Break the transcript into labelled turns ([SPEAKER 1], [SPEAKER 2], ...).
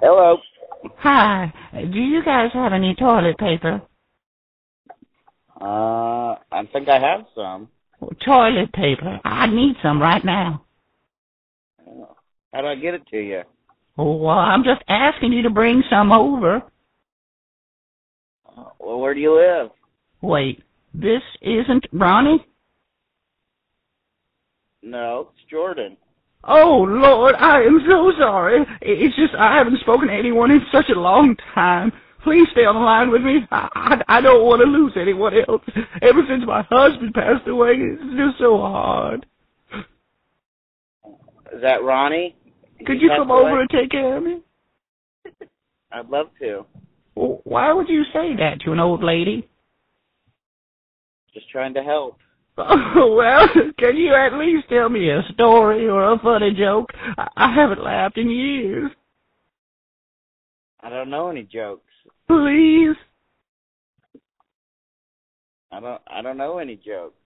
[SPEAKER 1] Hello.
[SPEAKER 2] Hi. Do you guys have any toilet paper?
[SPEAKER 1] Uh, I think I have some.
[SPEAKER 2] Toilet paper. I need some right now.
[SPEAKER 1] How do I get it to you?
[SPEAKER 2] Oh, well, I'm just asking you to bring some over.
[SPEAKER 1] Uh, Well, where do you live?
[SPEAKER 2] Wait, this isn't Ronnie?
[SPEAKER 1] No, it's Jordan.
[SPEAKER 2] Oh, Lord, I am so sorry. I- It's just I haven't spoken to anyone in such a long time. Please stay on the line with me. I, I, I don't want to lose anyone else. Ever since my husband passed away, it's just so hard.
[SPEAKER 1] Is that Ronnie?
[SPEAKER 2] Could
[SPEAKER 1] He
[SPEAKER 2] you
[SPEAKER 1] passed
[SPEAKER 2] come over
[SPEAKER 1] away?
[SPEAKER 2] and take care of me?
[SPEAKER 1] I'd love to.
[SPEAKER 2] Well, Why would you say that to an old lady?
[SPEAKER 1] Just trying to help.
[SPEAKER 2] Oh, well, can you at least tell me a story or a funny joke? I, I haven't laughed in years.
[SPEAKER 1] I don't know any jokes.
[SPEAKER 2] Please.
[SPEAKER 1] I don't. I don't know any jokes.